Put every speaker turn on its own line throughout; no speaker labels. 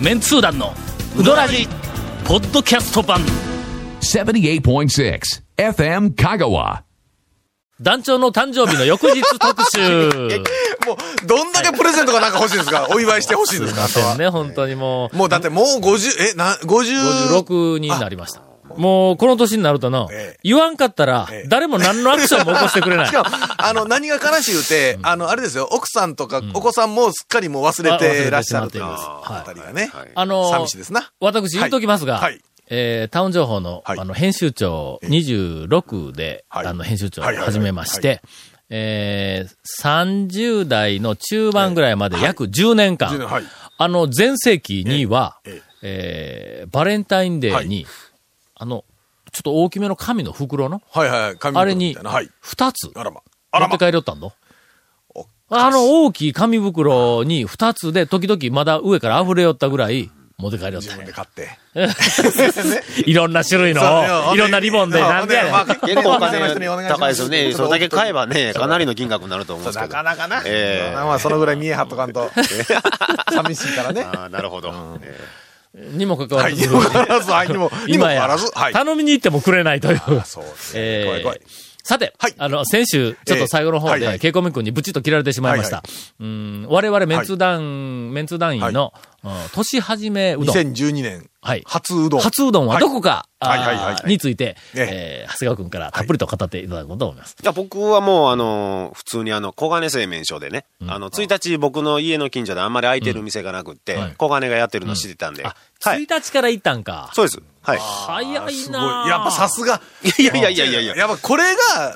メンツー団のウドラジポッドキャスト版
78.6 FM Kagawa.
団長の誕生日の翌日特 集
もう、どんだけプレゼントがなんか欲しいんですかお祝いして欲しいんですかあと
で
は
すね本当にもう
もうだってもう50、え、な、50。
56になりましたもうこの年になるとな、
ええ
言わんかったら
ええ
誰も何のアクションも起こしてくれない
しかも、あの、何が悲しいって、あの、あれですよ、奥さんとかお子さんもすっかりもう忘れてらっしゃるという
あ忘れてし
あたりがね、
あのー
寂しいですな。
私言っときますが、
はいはい
えータウン情報の、
はい
あの、編集長26で、
はい
あの、編集長を
はいはいはい
始めまして、えー30代の中盤ぐらいまで約10年間、
10年はい
あの、前世紀には、え
ええ
ーバレンタインデーに、
は
あの、ちょっと大きめの紙の袋の、
はいはい、紙
あ
袋
れ
み
に
たいな。はい。
2つ
あらま。あ
持
ら
って
ま。
帰りよったんの
おか
あの大きい紙袋に2つで時々まだ上から溢れよったぐらい持って帰りよっ
自
たんや
分で買って。
いろんな種類の
そ、う
いろんなリボンで、
そう
なんでやねん
ほんでまあ
いやでもお金
お店の人にお願いします
高いですよね。それだけ買えばね、かなりの金額になると思うん
そ
で
う
すけ
な
ど。
かなかな。
ええ
まあ、そのぐらい見え張っとかんと。 寂しいか らね。
ああ、なるほど。え
にもかかわ
は
ら
い、
ず、
にもかかわらず、はい、にも、に
今
もかかわ
や
らず、、はい。
頼みに行ってもくれないという。
そうですね
えー
怖い怖い。
さて
はい、
あの、先週、ちょっと最後の方
ええはいは
で、
い
ケイコミ君にブチッと切られてしまいました
は。
うん我々、メンツ団、メンツ団員の、うん年始めうどん。
2012年、
はい
初うどん。
初うどんはどこか、
はいはいはいはい
あ
は
ー
い
について、
え
えー長谷川君からたっぷりと語っていただこうと思います。
いや僕はもう、あの、普通にあの、小金製麺所でね、あの、1日僕の家の近所であんまり空いてる店がなくって、
はい
小金がやってるの知ってたんで。
あ、
はい。
1日から行ったんか。
そうです。はい。
早いな
すごい。
ぁ
やっぱさすが。
いやいやいやいやいや。
やっぱこれ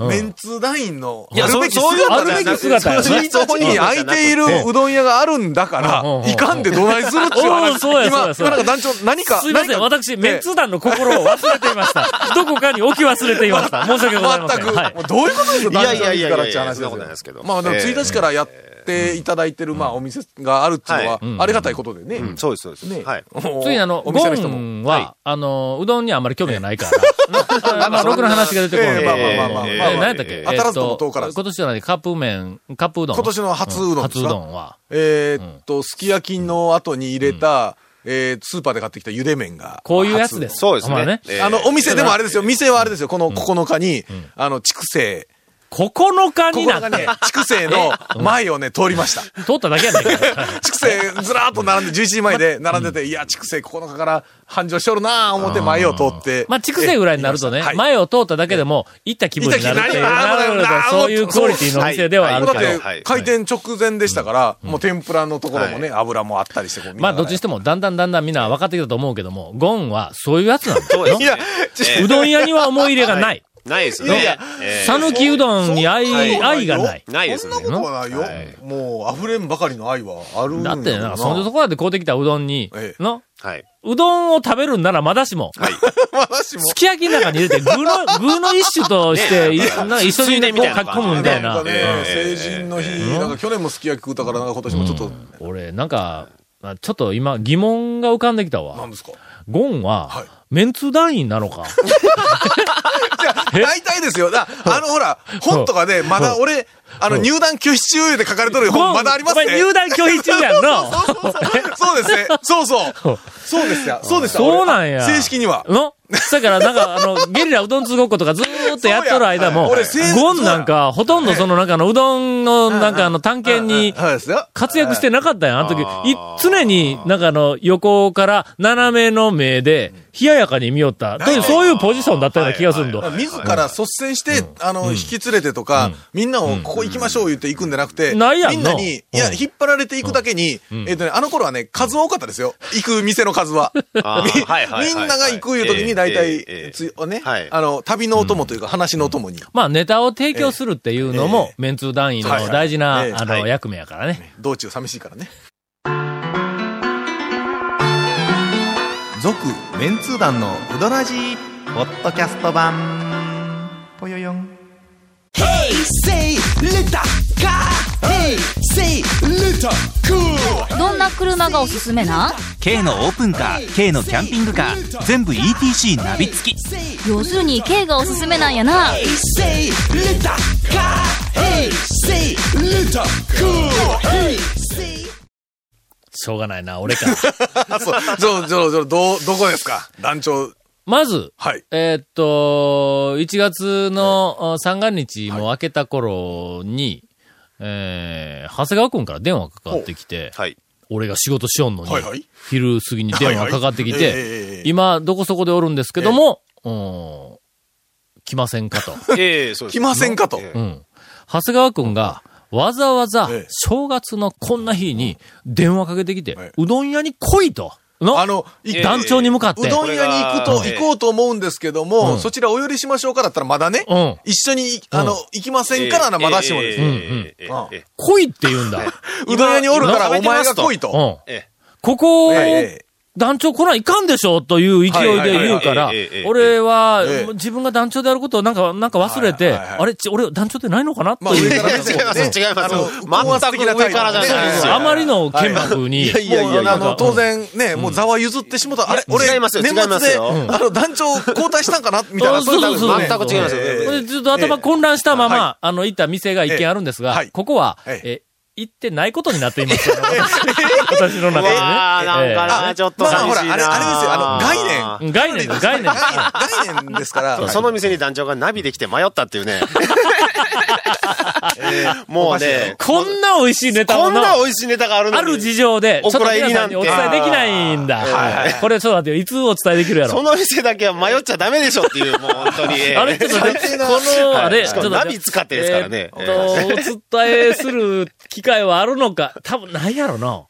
うん
が、メンツ団員の、
いや
あるべき
そうそういう
姿
あるべき姿や
そ
な
ういうとこに空いているうどん屋があるんだか
うんうんうん
ら、いかんでどないするっていう
おう
話。
そうやそうや
今、
そうや
今なんか団長、何か。
すいません、
何か
私、メンツ
ね
ー団の心を忘れていました。 どこかに置き忘れていました。申し訳ございません。
全く。
はい
もうどういうことですか
いやいやいやいや
団長自らって話です
そん
よ
なことないですけど
まあでも、
ええ
1日からやっていただいてる、まあ、お店があるっていうの
は
は、ありがたいことでね。
うんそうです、そうです。
ね
はい。
もう
次にあの、
お
ゴ
店の人も。
ンは、
はい
あの、うどんにあんまり興味がない から。あまあ、ろくな話が出てこない。
ええまあまあまあまあ
ええ
まあまあ
何やったっけ
ええ
当たらずとも
えっ
遠からず
今年じゃない、カップ麺、カップうどん。
今年の初うどんで
初
す
う
か
どんは、
えーっと、すき焼きの後に入れた、えースーパーで買ってきた茹で麺が。
こういうやつです。
そうですね。
まあね。
ええ
あの、お店でもあれですよ。店はあれですよ。この9日に、あの、畜生。
9日にな
9日
っ
ね
て、、
畜 生の前をね、通りました。
通っただけやねんから。
畜生ずらーっと並んで、11時前で並んでて、いや、畜生9日から繁盛しとるなぁ思って前を通って。
まあ、畜生ぐらいになるとね、
はい
前を通っただけでも、行った気分になるっていう、
行った気分になる
なるほど
なるほど
そういうクオリティのお店ではある
だ
か
っ
ら。
はい
て、開店直前でしたから、もう天ぷらのところもね、油もあったりして、こう見
まあ、
ながら
どっちにしても、だんだんだんだんみんな分かってきたと思うけども、ゴンはそういうやつなんだ
そうです
よ
ね。。
うどん屋には思い入れがない。
ないです
いやい
ね
や。
ええ
讃岐うどんに愛、愛がない。
ないですね
そん。なことはないよ。
はい
もう、溢れんばかりの愛はあるん
だ
や
ってな、そんでそこまで買うてきたうどんに
え、え
の、
はい。
うどんを食べるんならまだしも、
私も
す。き焼きの中に入れて、具の、具の一種として、い
ねえ
なんか一緒にね
ついでみ
こう
たい
書
な
き込むみたい
な
な。
んかね、成人の日、なんか去年もすき焼き食うたから、なんか今年もちょっと、
俺、なんか、あちょっと今、疑問が浮かんできた
なん
わ。
ですか。
ゴン
は、
はいメンツ団員なの か。
じゃあ、大体ですよ。だあの、ほら、本とかで、まだ俺、あの、入団拒否中で書かれとる
ゴ
本、
ン、
まだあります
お前
ね。
入団拒否中や んの。
そうですね。そうそう。そうですよ。そうですよ。
そうなんや。
俺正式には。
のだから、なんか、あの、ゲリラうどん通ごっことかずーっとやっとる間も、
そうや俺正
ゴンなんか、ほとんどその、なんかあの、うどんの、なんかあの、探検に、
そうですよ。
活躍してなかったやん、あの時。
あ
い常に、なんかあの、横から、斜めの目で、冷ややかに見よった。という、そういうポジションだったような気がするんだ。
はいはい
自ら率先して、あの、引き連れてとか、みんなをここ行きましょう言って行くんじゃなくて、
ないやんの
みんなに、いや、引っ張られていくだけに、えっとね、あの頃はね、数は多かったですよ。行く店の数は。み みん
あーはいはいはいはい
なが行くいう時に大
えええ
体、
え
ついね
はい、
あの、旅のお供というか話のお供に。
まあ、ネタを提供するっていうのも
ええ、
メンツー団員の大事
は
な、
いはいえ
あ
え
の、
はい
役目やからね。
道中寂しいからね。 続、メンツー団のうどらじポッドキャスト版、ぽよよん。
どんな車がおすすめなん
K のオープンカー K のキャンピングカー全部 ETC ナビ付き
要するに軽がおすすめなんやな
しょうがないな、俺か。
あ、そう、そう、そう、そう、どう、どこですか団長。
まず、
はい
えーっと、1月のあ三が日も明けた頃に、えー、長谷川くんから電話かかってきて、
はい。
俺が仕事しよんのに、
はいはい
昼過ぎに電話かかってきて、
はいはいええええ
今、どこそこでおるんですけども、うん来ませんかと。
ええ、そうです。
来ませんかと。
え
うん。長谷川くんが、わざわざ
ええ、
正月のこんな日に、電話かけてきて、
ええ
うどん屋に来いと、
あ
の、
の、い
え
団長に向かって。
うどん屋に行くと、
ええ
行こうと思うんですけども、
うん
そちらお寄りしましょうかだったらまだね、
うん
一緒にい、あの、
うん
行きませ
え
んからな、まだしもです
え
ね、
えええええ
うん
ええ
来いって言うんだ。
うどん屋におるから
今
お前が来い
うん。
と。
こ
ええ
こ、
ええ
団長来ないかんでしょという勢いで言うから
はいはいはいええええ、
俺は
ええ、
自分が団長であることをなんか、なんか忘れて、
はいはいはい
あれ、ち俺団長ってないのかな
ま
という。
から目線はね違います全く上からじゃないです
う
よ
んあまりの剣幕に、
いやいやいやいや、あ
なん
の、
か
当然ね、もうざわ譲ってしもた、あれ、俺、
違いますよ
年
違います
末で、
よ
あの、団長交代したんかなみたいな、
そう
い
そうそう
ことになるんです
全く違い
よ
ますよ
ねええええ
これずっと頭混乱したまま、あの、行った店が一軒あるんですが、
ええはい
ここは、
え
え、行ってないことになっています。 私の中
うわー
で
なん
ね。
か
ええ
な、ちょっと
まあ
寂
ほら、
し
あ
い
れ、
な。
あれですよ、あの、概念。
概念です、概念です。
概概念ですから。
その店に団長がナビできて迷ったっていう ね。もうね、
こんな美味しいネタ
こ
も
ん
な、
な美味しいネタがあるの
あ
に。
る事情で、ちょっと皆さんにお伝えできないんだ。これ、ちょっと待ってよ。いつお伝えできるやろ。
その店だけは迷っちゃダメでしょっていう、もう本当に。 ええ
あれちょっとね、この、あれ、
し
ちょ
か
っ
も
と。
ナビ使ってですからね
えーっと、お伝えする機会はあるのか、多分ないやろな。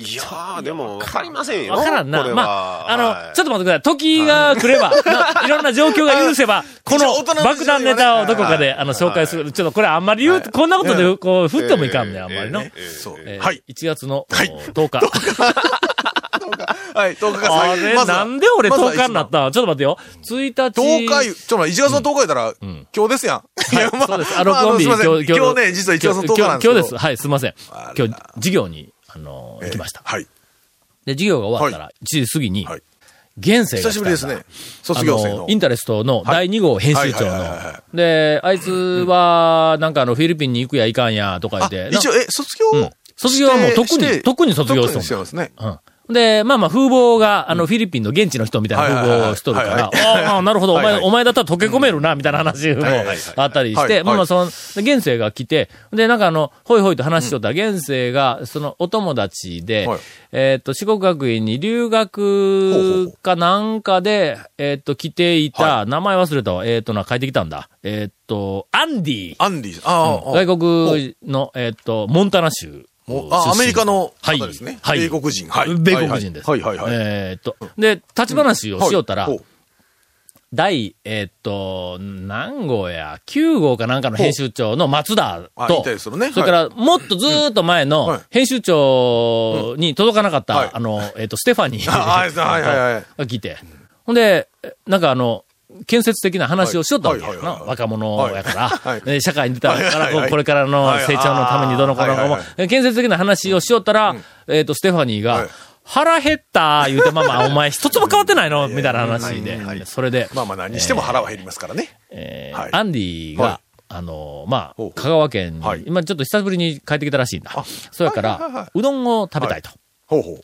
いやー、でも、わかりませんよ。
わからんな。
これは
まあ、あの、
はい
ちょっと待ってください。時が来れば、ないろんな状況が許せ ば、こ
一応大人
の
の
爆弾ネタをどこかで、
はい
あの、紹介する。ちょっとこれあんまり言う、こんなことで、こう、振ってもいかんね、あんまりの。
ええええ
そう
えー
はい。
1月の10日。
はい、10日が
あ
最
れ、
後。まずは
なんで俺
まずは
10日になったんちょっと待ってよ。1日。
10日言う、ちょっと待って、1月の10日やったら、今日ですやん。いや、ま
そうです。あの、コンビ、
まああのすいません今日ね、実は1月の10日なんですけど。
今日今日です。はい、すいません
あ。ら
今日、授業に、あの、行きました。
はい。
で、授業が終わったら、1時過ぎに
はい、
現世が来たんだ
久しぶりですね。卒業生
あの
の。
インタレストの第2号編集長
はいはいはいはいは
の。で、あいつは、なんかあの、フィリピンに行くやいかんや、とか言
あ
って。
一応、え、卒業
うん卒業はもう特
して
に、特に卒業し
特
と
にして
ん
ますね。
だうん。で、まあまあ、風貌が、あの、フィリピンの現地の人みたいな風貌をしとるか
はい
ら、
はいはいはい
ああ、なるほど、お
はいは
前、
い
お前だったら溶け込めるな、みたいな話も
はいはい
あったりし
はいは
て、
い
まあまあ、その、現世が来て、で、なんかあの、ほいほいと話しとった現世が、その、お友達で
はい、
えーっと、四国学院に留
ほうほう
学
ほう
かなんかで、えーっと、来てい
は
た、名前忘れたわ、えーっとな、書いてきたんだ。えーっと、アンディ。
アンディ、ああ、ああ
外国の、えーっと、モンタナ州。
もうあ
出身
アメリカの
はい
方ですね。
はい
米国人。はい。
米国人です。
はいはいはいはい。
えーっと、で、立ち話をしよったら、
はいほう
第、えーっと、何号や、9号かなんかの編集長の松田
あ
と
いた、りするね
それから、もっとずーっと前
うんはい
の、編集長に届かなかった、
はい
あの、えーっと、ステファニー
ああはいはいはい
が来て、ほんで、なんかあの、建設的な話をしよったわけや
はいはいはいはい
な若者やから、
はい
で社会に出た
はい
か
はいは
ら、
い
これからの成長のためにどの子の子も
はいはい、
建設的な話をしよったら、えっ、と、ステファニーが、
はい
腹減った言うて、まあ まあ、お前一つも変わってないのみたいな話で、それで、
まあまあ何にしても腹は減りますからね。
えー
はい
アンディが、
は
あのーま
ほう
あ、香川県に、
はい
今ちょっと久しぶりに帰ってきたらしいんだ。そうやから、
はいはいはいう
どんを食べたいと。
ほうほう。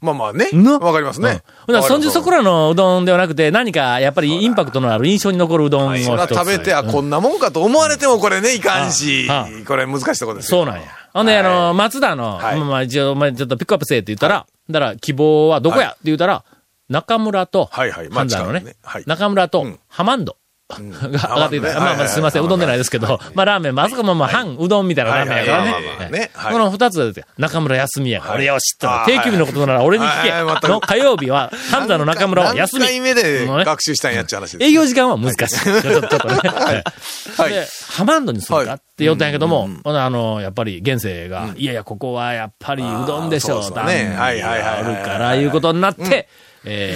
まあまあね。
な
わかりますね。
うん。ほなそんじそこ
ら、
らのうどんではなくて、何かやっぱりインパクトのある印象に残るうどんを一つ。
そら食べて、あ、こんなもんかと思われてもこれね、いかんし
ああ、
これ難しいとこです
そ
よ
うなんや。ほんで、
はい
あの、松田の、
はい
まあまあ一応、お前ちょっとピックアップせえって言ったら、だから希望はどこやって言ったら、中村と、
はいはいまあ
ハンダーの
近い
ね
ねはい、
中村と
うん、
ハマンド。 が上がってきた。まあ
ハマンドねはいはい
ま
は
あ
い
すいません、うどんでないですけど、まあラーメン、まさかもまあ半うどんみたいなラーメンやから
はいはいはいまあま
ね
あまあね
ね。
はい
この二つで、中村休みやから、
はい
俺よしと
あ。ー
定休日のことなら俺に聞
はいはいま
け。
た
の火曜日 は、ハンダーの中村は休み。
何回目で
もうね
学習したんやっちゃう話です。
営業時間は難しい。ちょっとちょっとね。
はい
で、ハマンドにするかって言ったんやけども、
はいうんうん
ほなあの、やっぱり現世が、いやいや、ここはやっぱりうどんでしょ、
あーそうう
だ
そうねはいはいはい
あ
はいはい
るから、いうことになって、え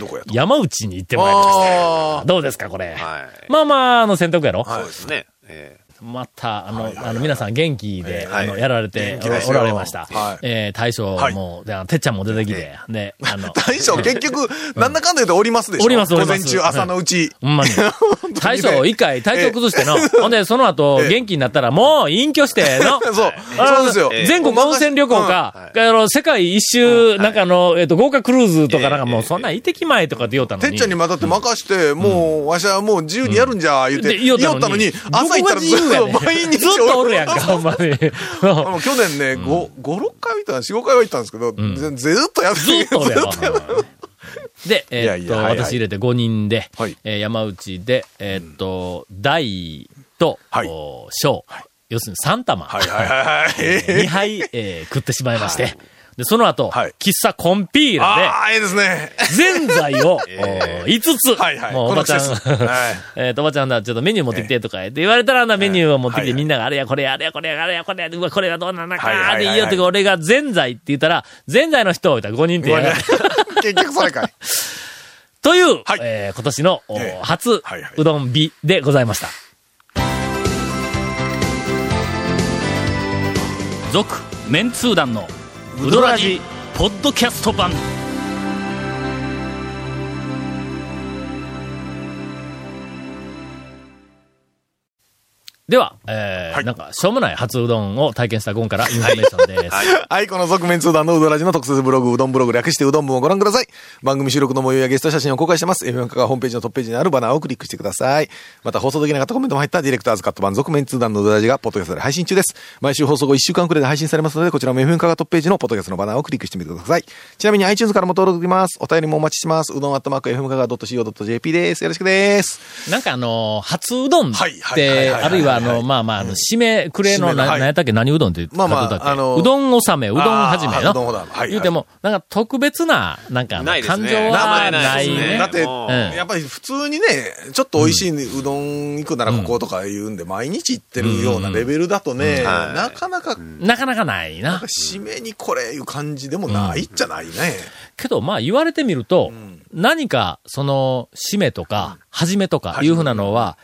ー
どこやと。
山内に行ってまいりました。
あ
どうですか、これ。
はい
まあまあ、あの選択やろ。
そうですね。ええ
また、あの、あの、皆さん元気で、
はい
あの、やられて
気です
お
よ
られました。
はい
えー大将も、であのてっちゃんも出てきて、で、あ の、
大将、結局、なんだかんだ言っておりますでしょ
おりますおり
午
ます
前中、朝のうち。
ほん まに。大将一回体調崩しての、ほんで、その後、
ええ
元気になったら、もう、隠居しての、
そう、
あの
そうですよ。
全国温泉旅行か、あの、世界一周、なんかあの、えっと、豪華クルーズとかなんかもう、そんなん行ってきまえとかって言おうたの
てっ
に。
ちゃんにまたって任して、もう、わしはもう自由にやるんじゃ、言う
で
て、
言おう
言おったた
の
の
に
に、、朝行ったらず
どこが自由やねん
っと毎日
ずっとおるやんか、ほん まに。
あの去年ね、5、6回見たら、4、5回は行ったんですけど、ずずっとやって
ずっと俺やわ。で、え
いや
ーっ
い
と、
やはいはい
私入れて5人で、
はい
えー山内で、えーっと、大と、
はい
お小、要するに3玉、
はいはい はいはい。
2杯、えー食ってしまいまして、で、その後、
はい
喫茶コンピーラ
ああ、いいですね。
で、全剤を、お5つ、
はいはい。
もうお
こ
ば
の
ちゃ
季
ん、
節 はい。
えー、とおばちゃんだ、ちょっとメニュー持ってきてとか言って言われたらな、メニューを持ってき
はい
て、
はい
みんながあれやこれや、あれやこれや、あれやこれや、うわ、これはどうなんだ
はいはい
か、
はい
で
はい
いいよとか、俺が全財って言ったら、全財の人を言ったら5人って言われて。
結局それかい。
という、
はい
えー今年の、お
ええ
初、
はいはいう
どん日でございました。
続メンツー団のウドラジポッドキャスト版
では、えー
はい
なんか、しょうもない初うどんを体験したゴンからインフォメーションです。
はい、この側面通談のうどらじの特設ブログ、うどんブログ略してうどん部をご覧ください。番組収録の模様やゲスト写真を公開してます。FM カがホームページのトップページにあるバナーをクリックしてください。また放送できなかったコメントも入ったディレクターズカット版側面通談のうどらじがポッドキャストで配信中です。毎週放送後1週間くらいで配信されますので、こちらも FM カがトップページのポッドキャストのバナーをクリックしてみてください。ちなみに iTunes からも登録できます。お便りもお待ちしてます。うどんアットマーク FM カが .co.jp です。よろしくです。
なんかあのー、初うどんっ
はいはいはいはい
て、
はい
あるいはあの、まあまあ、あの、締めくれの、
締めの
な
はい
何やったっけ、何うどんって言って
まあまあ
書いてったっ
あの
けうどん納め、うどん始め
あ
の。
ーうどん納めはいはい
言うても、なんか特別な、なんかあの、
ないです
感
ね
情はない
名前ないです
ね
ね。
だって、
うん
やっぱり普通にね、ちょっと美味しいうどん行くならこことか言うんで、毎日行ってるようなレベルだとね、
はい
なかなか、
なかなかない
なん
な
か。締めにこれいう感じでもないじゃないね。
けど、まあ言われてみると、何か、その、締めとか、始めとか、いうふうなのは、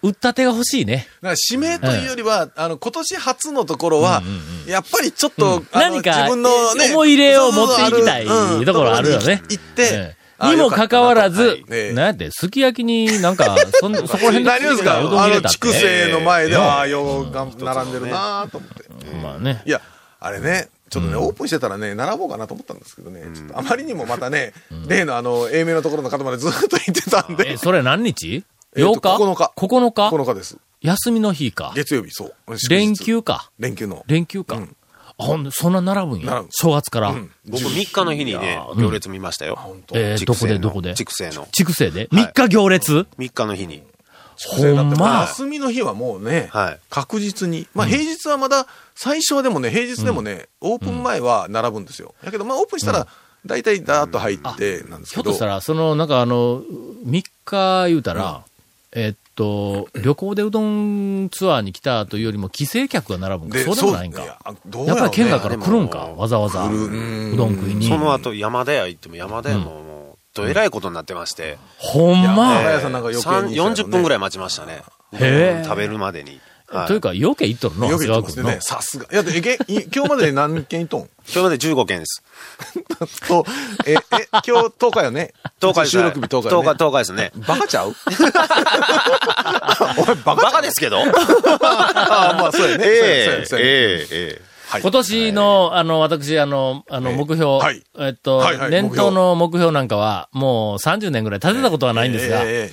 売った手が欲しいね。
だから締めというよりは、あの、今年初のところは、やっぱりちょっと、あの
何か
自分のね、
思い入れを持っていきたい
そうそうそうある
ところあるよね
うん行っ
え
て、
えにもかかわらず、
ええ
なんやって、すき焼きになんか、 そんそこら辺
何ですか
うどん
あ
入れ
の、
たっ
畜
て。
生の前で、
ええ
ああ、ようがん並んでるなぁと思って。
まあね。
いや、あれね、ちょっとね、オープンしてたらね、並ぼうかなと思ったんですけどね、ちょっとあまりにもまたね、例のあの、英明のところの方までずっと行ってたん
え、
で、
それ何日
えっと
?8 日
9日
?9 日
9日です。
休みの日か。
月曜日、そう。祝日
連休か。
連休の。
連休か。
うん
あほんでそんな並ぶん
並
や
ぶ。
正月から。
僕3日の日にね、行列見ましたよ。
えーどこでどこで
畜生の。
畜生で ?3 日行列
3日の日に。
ほんま。
休みの日はもうね、
はい
確実に。まあ平日はまだ、最初はでもね、平日でもね、オープン前は並ぶんですよ。だけど、まあオープンしたら、大体ダーッと入ってなんです
ひょ
け
っと
ど、
したら、その、なんかあの、3日言うたら、えっと、旅行でうどんツアーに来たというよりも、帰省客が並ぶんか、
で
そうでもないん
そうい
か
や。どう
や
や
っ
ろ
ぱ
うね
り県外から来るんか、
でも
わざわざ。
来る
うどん食いに。
その後山田屋行っても山田屋ももう、どえらいことになってまして。
ほん
い
ま
や。屋さんなんか余計に
三40分ぐらい待ちましたね。うん食べるまでに。はい
というか、余計行っとるの、
よく言って
長
ま
谷川
すね。
君
さすが。いや、でえけ今日までで何件いとん
今日まで15件です。
と、え、え、今日10日よね。
10日です。
収録日10日よ、ね。
10日、10日ですね。
バカちゃう お前バカ
バカですけど
あまあ、そうやね。
ええ
そうやねそうやねそうやね
えええ
はい
今年の、あの、私、あの、あの、
ええ
目標、
はい
えっと、
はいはい
年頭の目標なんかは、もう30年ぐらい立てたことはないんですが、
ええ
え
え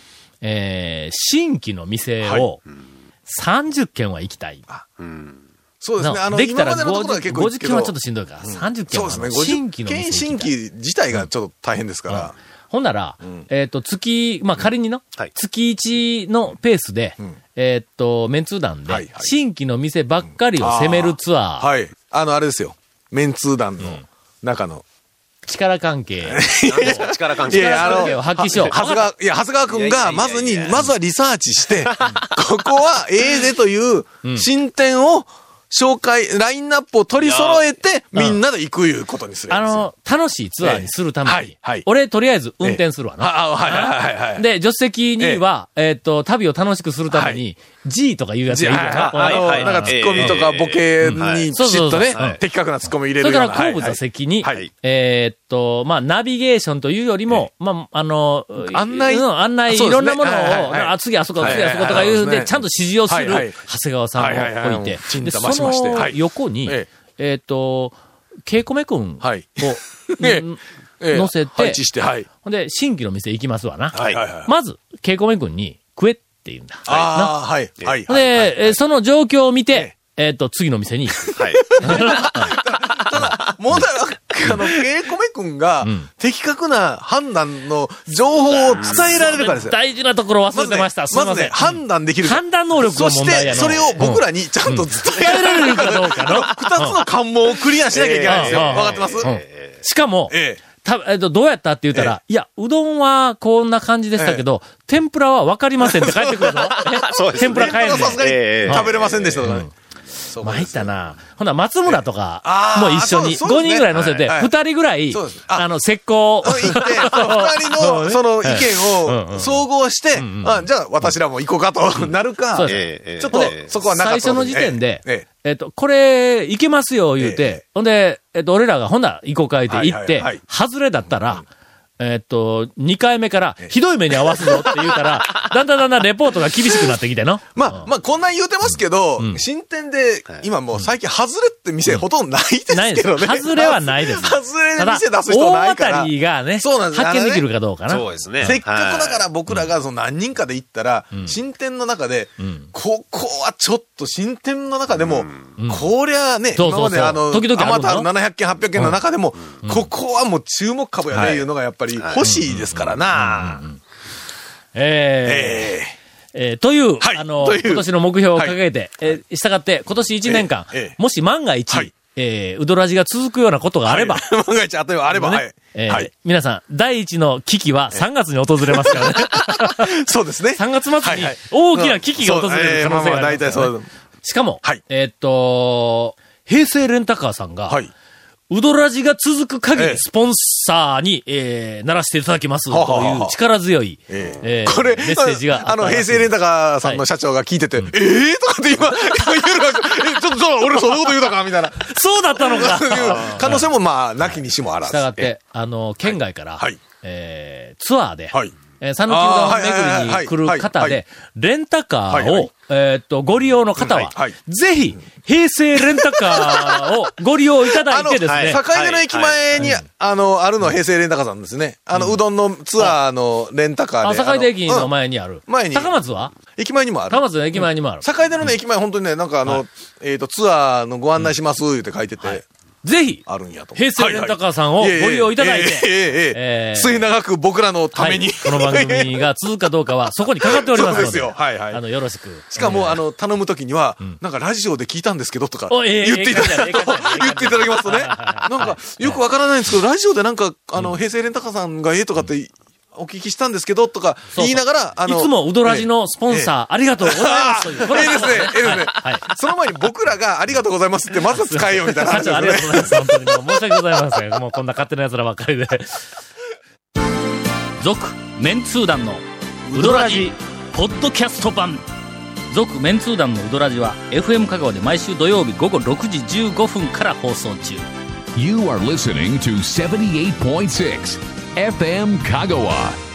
え
ー新規の店を30軒は行きたい。
えうん。
そうですね。あの、
できたら
今までのところは結構行く
50
け
件
ど
はちょっとしんどいから、30件
そう
は
です
あ
ね。
の
50
新規の店行
件
きたい
新規自体がちょっと大変ですから。
ほんなら、えっ、と、月、まあ、仮にの、
はい
月1のペースで、えっ、と、メンツー団で、
はいはい
新規の店ばっかりを攻めるツアー、
はい。あの、あれですよ。メンツー団の中の。
力関係、
なんですか力関
い
係。
やい や、あ
力関係を
の、
発揮しよう
は長谷川、いや、長谷川くんが、
いや
ま
い
ず
やいやい
に
や、
まずはリサーチして、ここはええでという進展を紹介、ラインナップを取り揃えて、
いや
みんなで行くいうことにする
あ
んですよ。
の、楽しいツアーにするために、
ええはいはい
俺、とりあえず運転するわな。
あ、あはいはいはいはい。
で、助手席には、えーっと、旅を楽しくするために、G とかいうやつ
じ
が
ゃ
いるよな。
あ、ああの、
はいはい
なんかツッコミとか
ええ
ボケ
え
に
え
はい
きちっと
そうそうそうは
ね
い、
的確なツッコミ入れ
そ
る
れ
よ
か
うな。
ら後部座席に、
はいはい
えーっと、まあ、ナビゲーションというよりも、まあ、あの、
案内
うん案内、い
そうで
ろ
すね
んなものを、
はいはいはい
あ、次あそこ、
はいはい
次
はい
あそことかいうん
そうです
で、
ね
ちゃんと指示をする、
はいはい
長谷川さんを置いて、
はいはいはいうん
で、
鎮座
そ
ましましては
の
い
横に、
え
えーっと、ケイコメ君を、
はい ええ
うん
ええ
乗せて
配置して、はい。
ほんで、新規の店行きますわな。
はい
はいはい。
まず、ケイコメ君に、食えって言うんだ。
ああ、はい。はい。
ほん
はいはい
で、えーその状況を見て、えーっと、次の 店に行く。
はい。
もうだろ、あの、ケイコメ君が
ん、
的確な判断の情報を伝えられるからですよ。
大事なところ忘れてました。
ず
すい
ね、
ま
まず
せん。
ね、判断できるか。
判断能力が
そし
問題や
て、
な
それを僕らにちゃんと伝
伝え
えられる。
られるかどうかの。
二つの関門をクリアしなきゃいけないんですよ。
ええ
わかってます
うんしかも、
ええ
たえっと、どうやったって言ったら、いや、うどんはこんな感じでしたけど、天ぷらはわかりませんって帰ってくる ぞ。
そうですね
天ぷら買えんね
さすがに
ええ
食べれませんでしたとかね。
参ったな。ほな、松村とか
あ、ー
もう一緒に、
そうそう
5
ですね
人ぐらい乗せて、
はい
2人ぐらい
そうです、あ
あの、石膏を
行って、二人のその意見を総合して、あじゃあ私らも行こうかとな
そう
るか、
です
ええええ
ちょっとそこはなか
最
った
初の時点で、
ええええ
えっと、これ、いけますよ、言う
え
て、ほんで、えっと、俺らが、ほんなら行こうか、言うて行っ
はい
て
はいはい、
外れだったら、えっと、2回目から、ひどい目に遭わすぞって言う から、だんだんだんだんレポートが厳しくなってきての。
まあ、まあ、こんなん言うてますけど、新店で、今もう最近、外れって店ほとんどないです
ないで
け
す。
どね。
外れはないです。
外れ
た
で
だ
店出す人ないか
大
ら。
当たりがね、
そうなんです
発見できるかどうかな。
そうですね。
せっかくだから
は
僕らがその何人かで行ったら、新店の中で、ここはちょっと新店の中でも、こりゃあね、
そうそうそう
今まであの、
時々あるの
また700件、800件の中でも、ここはもう注目株や
は
ね、
い
いうのがやっぱり欲しいですからな。
ええ
え
えーという、
はい
あの、
という
今年の目標を掲げて、えーしたがって、今年1年間、
ええええ
もし万が一、
はい
えーうどらじが続くようなことがあれ
え。
ば、
万が一、あとよあれば、
ね
はい。
えー
はい。
皆さん、第一の危機は3月に訪れます からね。
そうですね。
3月末に
はいはい
大きな危機が訪れる可能性
そうええまあまあ
がありま
大体
すから
そ
ね
う。
しかも、
はい
えーっと、平成レンタカーさんが、
はい。
うどらじが続く限
え
り、
え
スポンサーに、えー、ならしていただきます、と
はあはあはあ
いう力強い、
ええ
えー
これ、
メッセージが
あの、平成レンタ
ー。
カーさんの社長が聞いてて、ええーとかって今、 言うのが、え、ちょっと、そう俺そんなこと言うたかみたい な。
そうだったの か
可能性もまあ、なきにしもあらず。
したがって、あの、県外から、
はい
えーツアーで、
はい
えー、讃岐う
あー
ど
はいはい
ん
は
巡り
いはい
に来る方
はいは
で
い、
レンタカーを、
はいはい
えーっと、ご利用の方は、
はいはい
ぜひ、平成レンタカ ーをご利用いただいてです
あ
ね、
の、境目の駅前に、あの、あるのは平成レンタカーさんですね。あの、うどんのツアーのレンタカーで。
朝
あ
会駅の
うん
前にある。
前に
高松は
駅前にもある
高。松の駅前にもある。
境出のね、駅前本当にね、なんかあの、えっと、ツアーのご案内します、言って書いてて、
ぜひ、
あるんやと。
平成レンタカーさんを
はいはい
ご利用いただいて
えええええ
え
え
ー
末永く僕らのために。
はいこの番組が続くかどうかは、そこにかかっておりますので。
そうですよはいはい
あの、よろしく。
しかも、あの、頼むときには、なんかラジオで聞いたんですけどとか、
おええ
言っていただ
ええ感じやね
き
ええ感じやね
言っていただきますとね。なんか、よくわからないんですけど、ラジオでなんか、あの、平成レンタカーさんがええとかって、お聞きしたんですけど、とか、
そうそう
言いながら、あの。
いつもうどらじのスポンサー、ありがとうございますと
ええ。
い
え
う。
えですね、ええですね
はい。
その前に僕らがありがとうございますって、まずは使えよみたいな
社
話
長、あり
ですね
がとう。ございます。本当にもう申し訳ございません。もうこんな勝手な奴らばっかりで。続、メンツー団のウドラジ、ポッドキャスト版。続、メンツー団のウドラジは、FM 香川で毎週土曜日午後6時15分から放送中。
You are listening to 78.6 FM Kagawa.